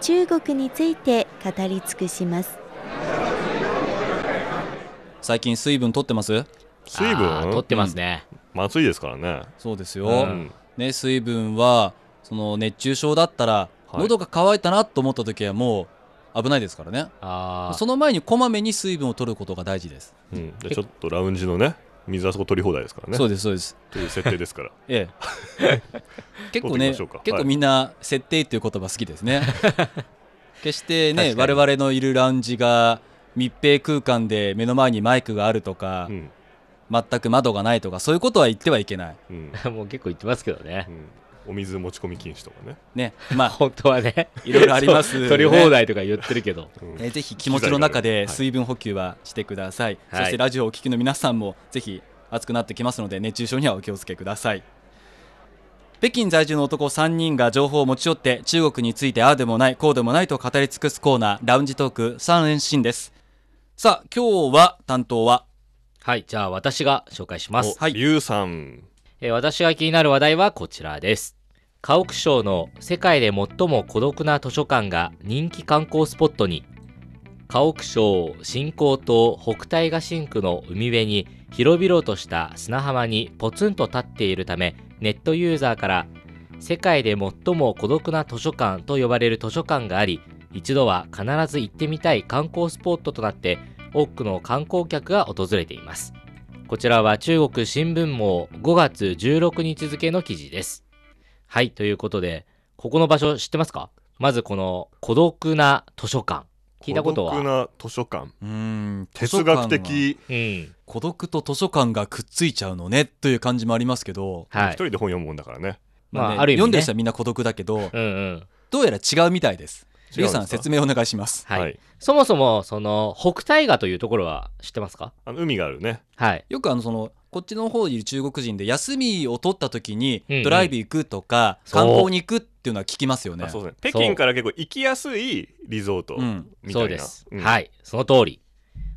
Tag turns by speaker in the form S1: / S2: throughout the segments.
S1: 中国について語り尽くします。
S2: 最近水分取ってます
S3: 水
S4: あ
S3: 分
S4: ー取ってますね、
S3: まずいですからね
S2: そうです
S4: う
S2: よ、
S4: ん
S2: ね水分はその熱中症だったら、
S3: はい
S2: 喉が渇いたなと思った時はもう危ないですからね
S4: ああ
S2: その前にこまめに水分を取ることが大事です、
S3: うん、でちょっとラウンジのね水あそこ取り放題ですからね
S2: そううですそうです
S3: という設定ですから
S2: ええ結構
S3: 取って
S2: ね
S3: いきまし
S2: 結
S3: ょうかは
S2: 構
S3: い
S2: みんな設定っていう言葉好きですね決してね
S4: 確か
S2: 我
S4: に
S2: 々のいるラウンジが密閉空間で目の前にマイクがあるとか、
S3: うん
S2: 全く窓がないとかそういうことは言ってはいけない
S3: うん、
S4: もう結構言ってますけどね
S3: う、ん、お水持ち込み禁止とかね、
S2: ねまあ
S4: 本当はね
S2: いろいろあります
S4: そう取り放題とか言ってるけど
S3: うん
S2: えーぜひ気持ちの中で
S3: はい
S2: 水分補給はしてください、
S4: はい
S2: そしてラジオをお聞きの皆さんもぜひ暑くなってきますので熱中症にはお気をつけください北京在住の男3人が情報を持ち寄って中国についてああでもないこうでもないと語り尽くすコーナーラウンジトーク3連進ですさあ今日は担当は
S4: はいじゃあ私が紹介します
S3: お、
S2: はい
S3: リュウさん
S4: えー私が気になる話題はこちらです河北省の世界で最も孤独な図書館が人気観光スポットに河北省新港島北大河新区の海辺に広々とした砂浜にポツンと立っているためネットユーザーから世界で最も孤独な図書館と呼ばれる図書館があり一度は必ず行ってみたい観光スポットとなって多くの観光客が訪れていますこちらは中国新聞網5月16日付の記事です。はい、ということで、ここの場所知ってますかまずこの孤独な図書館。聞いたこと
S3: 孤独
S4: は
S3: な図書館
S2: うーん図書
S3: 哲学
S2: 館は
S3: 的
S4: うん。
S2: 孤独と図書館がくっついちゃうのねという感じもありますけど、
S3: 一、
S4: は
S3: 人
S4: い。
S3: で本読むもんだからね
S4: まあ
S2: ね
S4: ある意味ね
S2: 読んでる人はみんな孤独だけど
S4: うんうん。
S2: どうやら違うみたいです
S3: 違
S2: リ
S3: う
S2: ュ
S3: ん
S2: ウ
S3: ですか
S2: さん説明お願いします
S4: はい。そもそも、その、北大河というところは知ってますか
S3: あの海があるね
S4: はい。
S2: よくあのそのこっちの方にいる中国人で休みを取った時に
S4: うんうん
S2: ドライブ行くとか
S4: そう
S2: 観光に行くっていうのは聞きますよね
S3: あ。そうですね
S4: そ
S3: 北
S4: う
S3: 京から結構行きやすいリゾート
S2: うん
S3: みたいな、
S4: そうです。
S3: うん
S4: はい。その通り。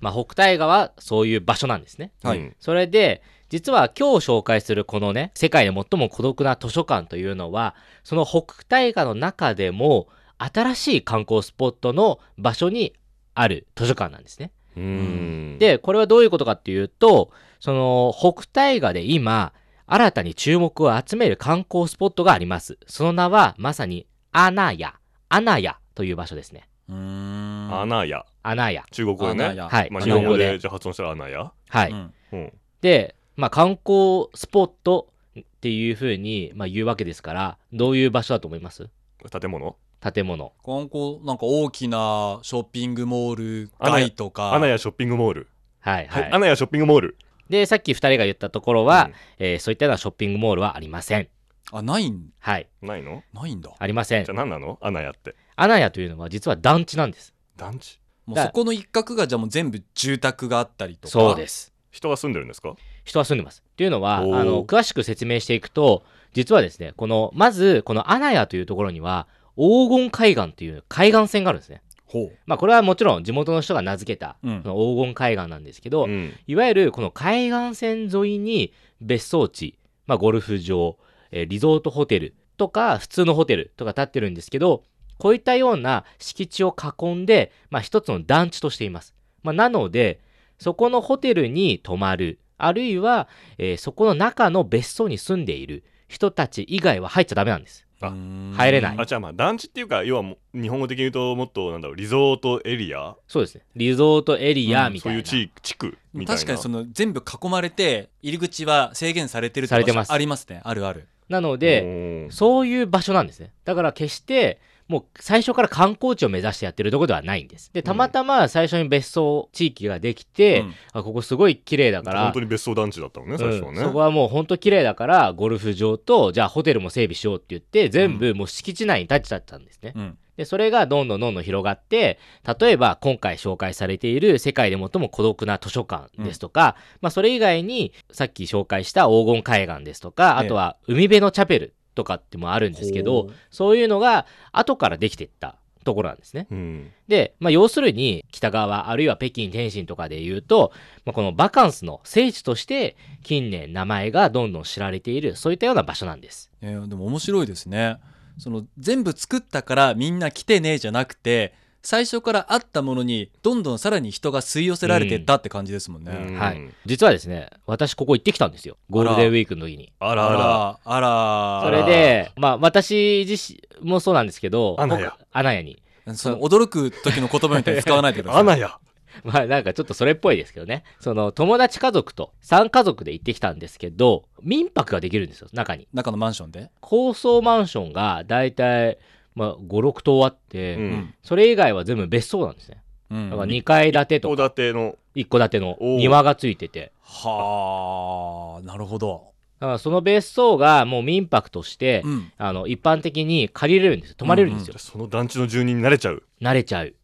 S4: まあ、北大河はそういう場所なんですね。
S2: はい
S3: うん
S4: それで、実は今日紹介するこのね、世界で最も孤独な図書館というのは、その北大河の中でも、新しい観光スポットの場所にある図書館なんですね。
S3: うーん、
S4: で、これはどういうことかっていうと、その北大河で今、新たに注目を集める観光スポットがあります。その名は、まさに、アナヤ。アナヤという場所ですね。
S2: うーん
S3: アナヤ
S4: アナヤ。
S3: 中国語でね
S2: 穴や
S4: はい。
S3: まあ、
S2: ア
S3: 日
S2: ナヤ
S3: 本語で。じゃあ発音したらアナヤ、
S4: はい。
S2: うん
S3: うん、
S4: で、まあ、観光スポットっていうふうに、まあ、言うわけですから、どういう場所だと思います
S3: 建物
S4: 建物。
S2: 観光なんか大きなショッピングモール街とか
S3: アナヤショッピングモール
S4: はい
S3: は、
S4: はいい。
S3: アナヤショッピングモール
S4: で、さっき2人が言ったところは、えーそういったようなショッピングモールはありません。
S2: あないん
S4: はい。
S3: うんないの
S2: ないんだ。
S4: ありません
S3: じゃあ。何なのアナヤって
S4: アナヤというのは実は団地なんです。
S3: 団地
S2: もうそこの一角がじゃあもう全部住宅があったりとか。
S4: そうです。
S3: 人が住んでるんですか
S4: 人は住んでます。というのは、あ
S3: おー
S4: の、詳しく説明していくと、実はですね、この、まず、このアナヤというところには、黄金海岸という海岸線があるんですね。
S2: ほう。
S4: まあ、これはもちろん地元の人が名付けた、
S2: うん
S4: その黄金海岸なんですけど、
S3: ん、
S4: いわゆるこの海岸線沿いに別荘地、まあ、ゴルフ場、えーリゾートホテルとか普通のホテルとか建ってるんですけどこういったような敷地を囲んで、まあ、一つの団地としています、まあ、なのでそこのホテルに泊まるあるいは、えーそこの中の別荘に住んでいる人たち以外は入っちゃダメなんです
S3: あ
S2: うーん
S4: 入れない
S3: あじゃあまあ団地っていうか要はもう日本語的に言うともっとなんだろうリゾートエリア
S4: そうですねリゾートエリ
S2: う
S4: ア
S2: ん
S4: みた
S3: そう
S4: いな、
S3: いう地域地区みたいな
S2: 確かにその全部囲まれて入り口は制限されてると
S4: されてます
S2: ありますねあるある。
S4: なので、
S3: うん
S4: そういう場所なんですね。だから決して、もう最初から観光地を目指してやってるとこではないんです。で、たまたま最初に別荘地域ができて、
S2: うん
S4: あここすごい綺麗だから、
S3: 本当に別荘団地だったもんね最初は
S4: うん
S3: ね、
S4: そこはもう本当綺麗だから、ゴルフ場と、じゃあホテルも整備しようって言って、全部もう敷地内に建てちゃったんですね。
S2: うん
S4: で、それがどんどんどんどん広がって、例えば今回紹介されている世界で最も孤独な図書館ですとか、まあそれ以外にさっき紹介した黄金海岸ですとか、
S2: ええ
S4: あとは海辺のチャペルとかってもあるんですけど、そういうのが後からできていったところなんですね。
S3: うん
S4: で、まあ要するに北側、あるいは北京、天津とかで言うと、まあ、このバカンスの聖地として近年名前がどんどん知られている、そういったような場所なんです。
S2: えーでも面白いですねその全部作ったからみんな来てねえじゃなくて最初からあったものにどんどんさらに人が吸い寄せられてったって感じですもんね、
S3: うん
S4: はい。実はですね、私ここ行ってきたんですよ。ゴールデンウィークの時に。
S3: あらあら
S2: あらあ
S4: そ
S2: ら
S4: れで、まあ私自身もそうなんですけど、
S3: アナヤ
S4: 僕。アナヤに。
S2: その驚く時の言葉みたいに使わないでください
S3: アナや
S4: まあなんかちょっとそれっぽいですけどね。その友達家族と3家族で行ってきたんですけど、民泊ができるんですよ、中に。
S2: 中のマンションで、
S4: 高層マンションが大体、まあ5、6棟あって、
S3: うん
S4: それ以外は全部別荘なんですね。
S2: うん
S4: だから2階建てと
S3: 戸
S4: か
S3: 建ての
S4: 1戸建ての
S3: おう
S4: 庭がついてて、
S2: はあなるほど、
S4: だからその別荘がもう民泊として、
S2: うん、
S4: あの一般的に借りれるんですよ。泊まれるんですよ。
S3: その団地の住人になれちゃう
S4: 慣れちゃう。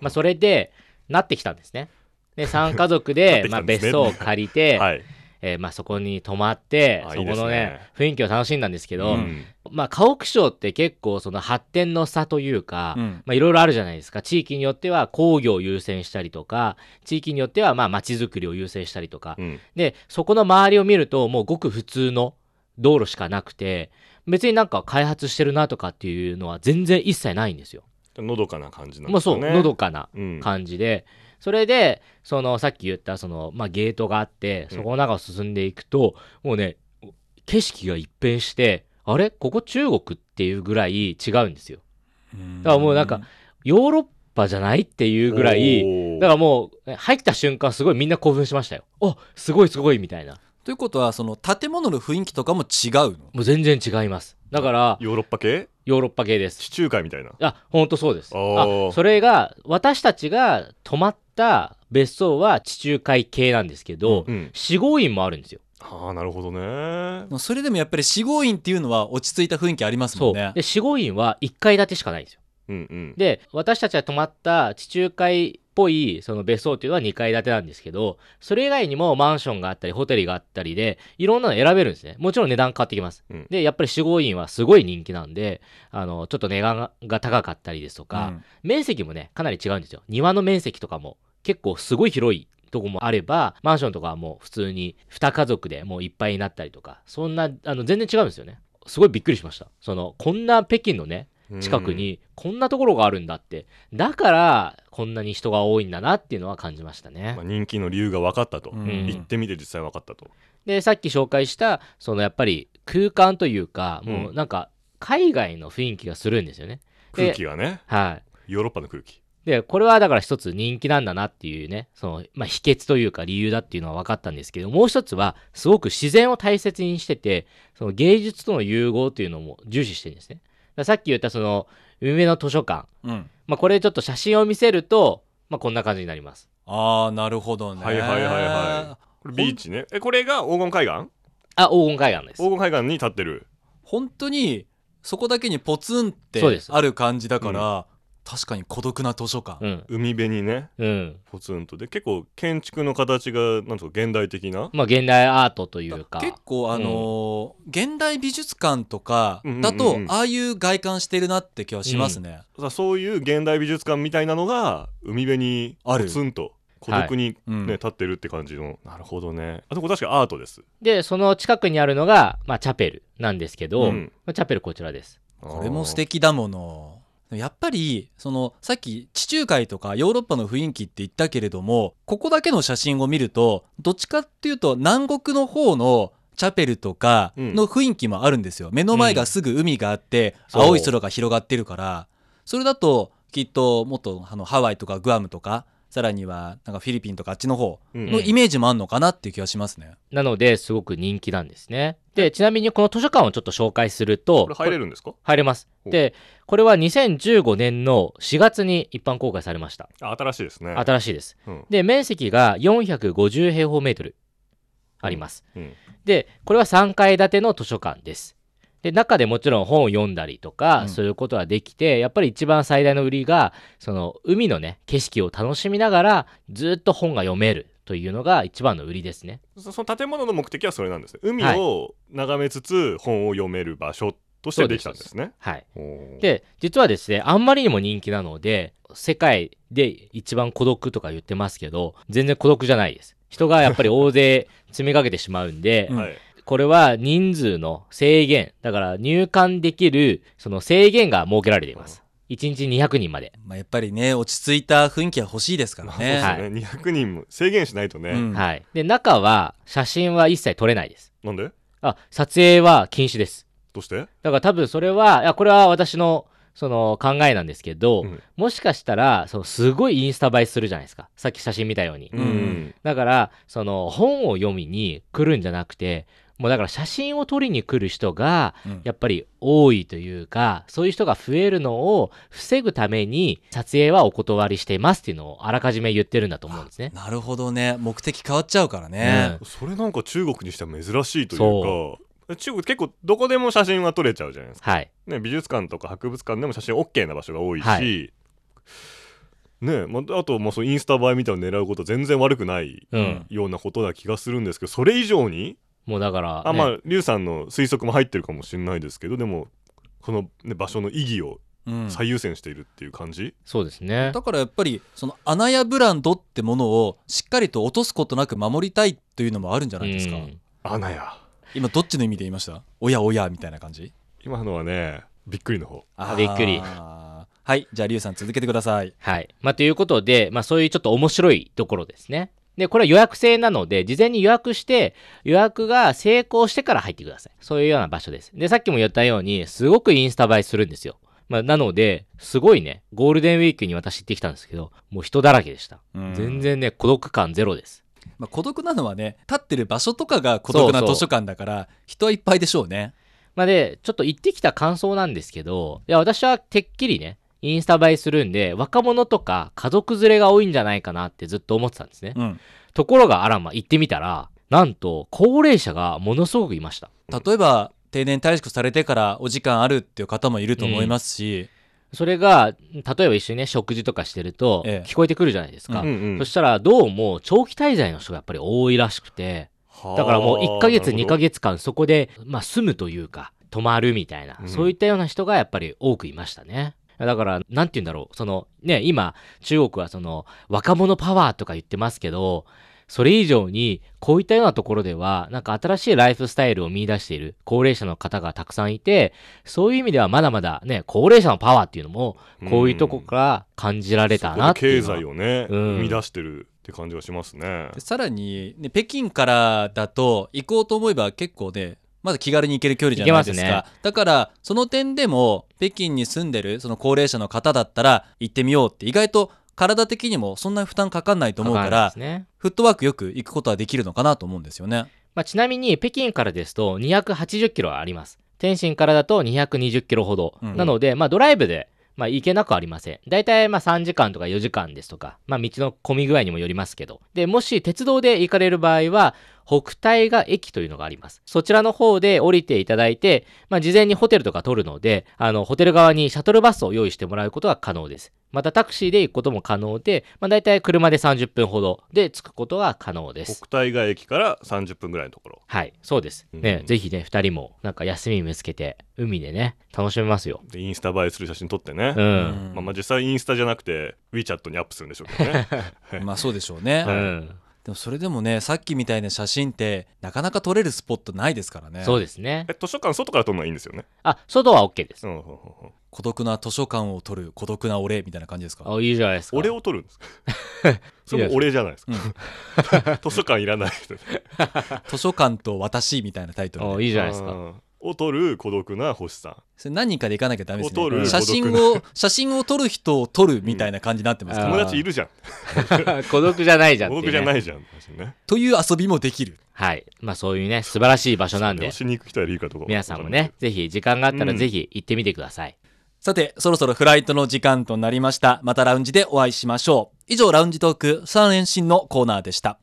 S4: まあそれで、なってきたんですね。 で、3家
S3: な
S4: 族
S3: っ
S4: で
S3: てき
S4: まあ
S3: たんです
S4: 別
S3: ね
S4: 荘を借り て、
S3: はい
S4: えーまあそこに泊まって、
S3: あ
S4: そ
S3: いいで
S4: こ
S3: す
S4: のね
S3: ね、
S4: 雰囲気を楽しんだんですけど、
S3: うん
S4: まあ家屋省って結構その発展の差というか、
S2: うん
S4: まあいろいろあるじゃないですか。地域によっては工業を優先したりとか、地域によってはまあ街づくりを優先したりとか、
S3: うん
S4: で、そこの周りを見ると、もうごく普通の道路しかなくて、別になんか開発してるなとかっていうのは全然一切ないんですよ。
S3: のどかな感じなんで
S4: まあ
S3: す
S4: そ
S3: よ
S4: う、
S3: ね
S4: のどかな
S3: うん
S4: 感じで、それで、そのさっき言ったその、まあ、ゲートがあって、
S3: うん
S4: そこの中を進んでいくと、もうね、景色が一変して、あれここ中国っていうぐらい違うんですよ。だからもうなんかヨーロッパじゃないっていうぐらい、
S3: おー
S4: だからもう入った瞬間すごいみんな興奮しましたよ。あすごいすごいみたいな。
S2: ということはその建物の雰囲気とかも違うの
S4: もう全然違います。だから、
S3: ヨーロッパ系
S4: ヨーロッパ系です。
S3: 地中海みたいな
S4: あ、ほんとそうです。
S3: おー
S4: あ、それが、私たちが泊まった別荘は地中海系なんですけど、
S3: うん
S4: 四合院もあるんですよ。
S3: ああなるほどね
S2: それでもやっぱり四合院っていうのは落ち着いた雰囲気あります
S4: そ
S2: も
S4: う。
S2: んね
S4: で、四合院は1階建てしかないんですよ。
S3: うんうん
S4: で、私たちが泊まった地中海っぽいその別荘っていうのは2階建てなんですけど、それ以外にもマンションがあったり、ホテルがあったりで、いろんなの選べるんですね。もちろん値段変わってきます。
S3: うん
S4: で、やっぱり四合院はすごい人気なんで、あの、ちょっと値段が高かったりですとか、
S2: うん
S4: 面積もね、かなり違うんですよ。庭の面積とかも結構すごい広いとこもあれば、マンションとかはもう普通に2家族でもういっぱいになったりとか、そんな、あの、全然違うんですよね。すごいびっくりしました。その、こんな北京のね、
S3: うん
S4: 近くにこんなところがあるんだって、だからこんなに人が多いんだなっていうのは感じましたね
S3: まあ。人気の理由が分かったと
S2: うん
S3: 行ってみて実際分かったと
S4: で、さっき紹介した、そのやっぱり空間というか、もうなんか海外の雰囲気がするんですよね。で
S3: 空気がね
S4: はい。
S3: ヨーロッパの空気
S4: で、これはだから一つ人気なんだなっていうね、その、まあ、秘訣というか理由だっていうのは分かったんですけど、もう一つは、すごく自然を大切にしてて、その芸術との融合というのも重視してるんですね。だからさっき言ったその、梅の図書館。
S2: うん
S4: まあ、これちょっと写真を見せると、まあ、こんな感じになります。
S2: ああなるほどね
S3: はいはいはいはこれビーチねえこれが黄金海岸
S4: あ、黄金海岸です。
S3: 黄金海岸に立ってる
S2: 本当にそこだけにポツンっ
S4: そうで
S2: て
S4: す
S2: ある感じだから、確かに孤独な図書館、
S4: うん。
S3: 海辺にね
S4: うん。
S3: ポツンとで結構建築の形がなんですか現代的な
S4: まあ、現代アートというか。
S2: 結構あのー現代美術館とかだと、
S3: うんうんうんうん
S2: ああいう外観してるなって気はしますね、
S3: さそういう現代美術館みたいなのが海辺に
S2: あ
S3: ポ
S2: る
S3: ツンと孤独に、ね
S2: うん
S3: 立ってるって感じのなるほどねあとこれ確かアートです
S4: で、その近くにあるのが、まあ、チャペルなんですけど、
S3: うん
S4: まあチャペルこちらです。
S2: これも素敵だものでもやっぱりそのさっき地中海とかヨーロッパの雰囲気って言ったけれどもここだけの写真を見るとどっちかっていうと南国の方のチャペルとかの雰囲気もあるんですよ、目の前がすぐ海があって、
S4: うん
S2: 青い空が広がってるからそれだときっともっとあのハワイとかグアムとかさらにはなんかフィリピンとかあっちの方
S3: うん
S2: のイメージもあんのかなっていう気がしますね。
S4: なので、すごく人気なんですね。で、ちなみにこの図書館をちょっと紹介する
S3: こ
S4: と、
S3: れ入れるんですか
S4: 入れます。
S3: ほう
S4: で、これは2015年の4月に一般公開されました。
S3: あ新しいですね
S4: 新しいです。
S3: うん
S4: で、面積が450平方メートルあります。
S3: うん
S4: で、これは3階建ての図書館です。で中でもちろん本を読んだりとか
S2: うん
S4: することはできて、やっぱり一番最大の売りがその海のね景色を楽しみながらずっと本が読めるというのが一番の売りですね。
S3: そその建物の目的はそれなんですね海
S4: はい
S3: を眺めつつ本を読める場所としてできたんですね
S4: はい、
S3: おー
S4: で実はですねあんまりにも人気なので世界で一番孤独とか言ってますけど全然孤独じゃないです。人がやっぱり大勢詰めかけてしまうんで、
S2: うん
S3: はい
S4: これは人数の制限。だから入館できる、その制限が設けられています。1日200人まで。
S2: まあ、やっぱりね落ち着いた雰囲気は欲しいですから
S3: まあ
S2: ね。
S3: そ
S4: は
S3: うですよね200人も制限しないとね、
S2: うん
S4: はい。で、中は写真は一切撮れないです。
S3: なんで
S4: あ、撮影は禁止です。
S3: どうして
S4: だから多分それは、いや、これは私の、その考えなんですけど、
S3: うん
S4: もしかしたら、そのすごいインスタ映えするじゃないですか。さっき写真見たように。
S2: ん
S4: だから、その本を読みに来るんじゃなくて、もうだから写真を撮りに来る人が、
S2: うん
S4: やっぱり多いというか、そういう人が増えるのを防ぐために、撮影はお断りしていますっていうのをあらかじめ言ってるんだと思うんですね。
S2: なるほどね目的変わっちゃうからね。
S3: それなんか中国にしては珍しいと
S4: そ
S3: いうか中国結構どこでも写真は撮れちゃうじゃないですか、
S4: はい。
S3: ね、美術館とか博物館でも写真 OK な場所が多いし、
S4: は
S3: ねまあ、あともうそのインスタ映えみたいなのを狙うことは全然悪くない
S4: うん。
S2: うん
S3: ようなことな気がするんですけどそれ以上に
S4: もうだから、
S3: あ
S4: ね
S3: まあリュウさんの推測も入ってるかもしれないですけどでもこの、ね、場所の意義を
S2: うん
S3: 最優先しているっていう感じ、
S4: そうですね。
S2: だからやっぱりそのアナやブランドってものをしっかりと落とすことなく守りたいというのもあるんじゃないですか、
S4: うん
S3: アナや
S2: 今どっちの意味で言いましたおやおやみたいな感じ
S3: 今のはねびっくりの方
S2: あー
S4: びっくり
S2: はいじゃあリュウさん続けてください
S4: はい。まあ、ということで、まあ、そういうちょっと面白いところですね。で、これは予約制なので、事前に予約して、予約が成功してから入ってください。そういうような場所です。で、さっきも言ったように、すごくインスタ映えするんですよ。まあ、なので、すごいね、ゴールデンウィークに私行ってきたんですけど、もう人だらけでした。
S2: うん
S4: 全然ね、孤独感ゼロです。
S2: まあ、孤独なのはね立ってる場所とかが孤独な
S4: そうそう
S2: 図書館だから人はいっぱいでしょうね
S4: まあ、で、ちょっと行ってきた感想なんですけど、いや、私はてっきりね、インスタ映えするんで、若者とか家族連れが多いんじゃないかなってずっと思ってたんですね。
S2: うん
S4: ところがあらま行ってみたらなんと高齢者がものすごくいました
S2: 例えば定年退職されてからお時間あるっていう方もいると思いますし、
S4: それが例えば一緒にね食事とかしてると
S2: ええ
S4: 聞こえてくるじゃないですか、
S2: う
S4: そしたらどうも長期滞在の人がやっぱり多いらしくてだからもう1ヶ月2ヶ
S3: 月
S4: 月間そこで、まあ、住むというか泊まるみたいな、
S3: うん
S4: そういったような人がやっぱり多くいましたねだからなんて言うんだろうそのね今中国はその若者パワーとか言ってますけどそれ以上にこういったようなところではなんか新しいライフスタイルを見出している高齢者の方がたくさんいてそういう意味ではまだまだね高齢者のパワーっていうのもこういうとこから感じられたなっていう
S3: 経
S4: のは、
S3: 済をね、
S4: うん
S3: 生み出してるって感じがしますね
S2: でさらに、ね、北京からだと行こうと思えば結構ねまだ気軽に行ける距離じゃないですか
S4: 行けます
S2: だからその点でも北京に住んでるその高齢者の方だったら行ってみようって意外と体的にもそんなに負担かかんないと思うから
S4: かかるんですね
S2: フットワークよく行くことはできるのかなと思うんですよね。
S4: まあ、ちなみに北京からですと280キロあります天津からだと220キロほど、
S2: うん
S4: なので、まあ、ドライブで、まあ、行けなくはありません大体まあ3時間とか4時間ですとか、まあ、道の混み具合にもよりますけどでもし鉄道で行かれる場合は北戴河駅というのがありますそちらの方で降りていただいて、まあ、事前にホテルとか取るのであのホテル側にシャトルバスを用意してもらうことが可能ですまたタクシーで行くことも可能で、まあ、大体車で30分ほどで着くことが可能です
S3: 北戴河駅から30分ぐらいのところ
S4: はい、そうです。ね、
S3: うん
S4: ぜひね、二人も、なんか休み見つけて、海でね、楽しめますよ。
S3: でインスタ映えする写真撮ってね、
S4: う。
S2: うん
S3: まあ、まあ実際インスタじゃなくて WeChat にアップするんでしょうけど ね
S2: まあそうでしょうね、
S4: うん。
S2: でもそれでもねさっきみたいな写真ってなかなか撮れるスポットないですからね
S4: そうですね
S3: え。図書館外から撮るのはいいんですよね、
S4: あ、外は OK です
S3: う。んうんうんうん
S2: 孤独な図書館を撮る孤独な俺みたいな感じですか
S4: あ、いいじゃないですか。
S3: 俺を取るん ですかそれも俺じゃないですか、図書館いらない人
S2: 図書館と私みたいなタイトル
S4: あ、
S2: で
S4: いいじゃないですか。
S3: うんを取る孤独な星さん
S2: それ何人かで行かなきゃダメです
S3: を撮
S2: ね
S3: る
S2: 写真
S3: 孤
S2: を 写真を撮る人を撮るみたいな感じになってますから、
S4: うん
S3: 友達いるじゃん
S4: 孤独じゃないじゃんって、
S3: 孤独
S4: ね。
S3: じゃないじゃん確かにね
S2: という遊びもできる
S4: はい。まあそういうね、素晴らしい場所なん
S3: それ
S4: で
S3: を、しに行く人はいるかとか
S4: 皆さんもね、ぜひ時間があったらぜひ行ってみてください。
S2: さてそろそろフライトの時間となりましたまたラウンジでお会いしましょう以上ラウンジトーク三連新のコーナーでした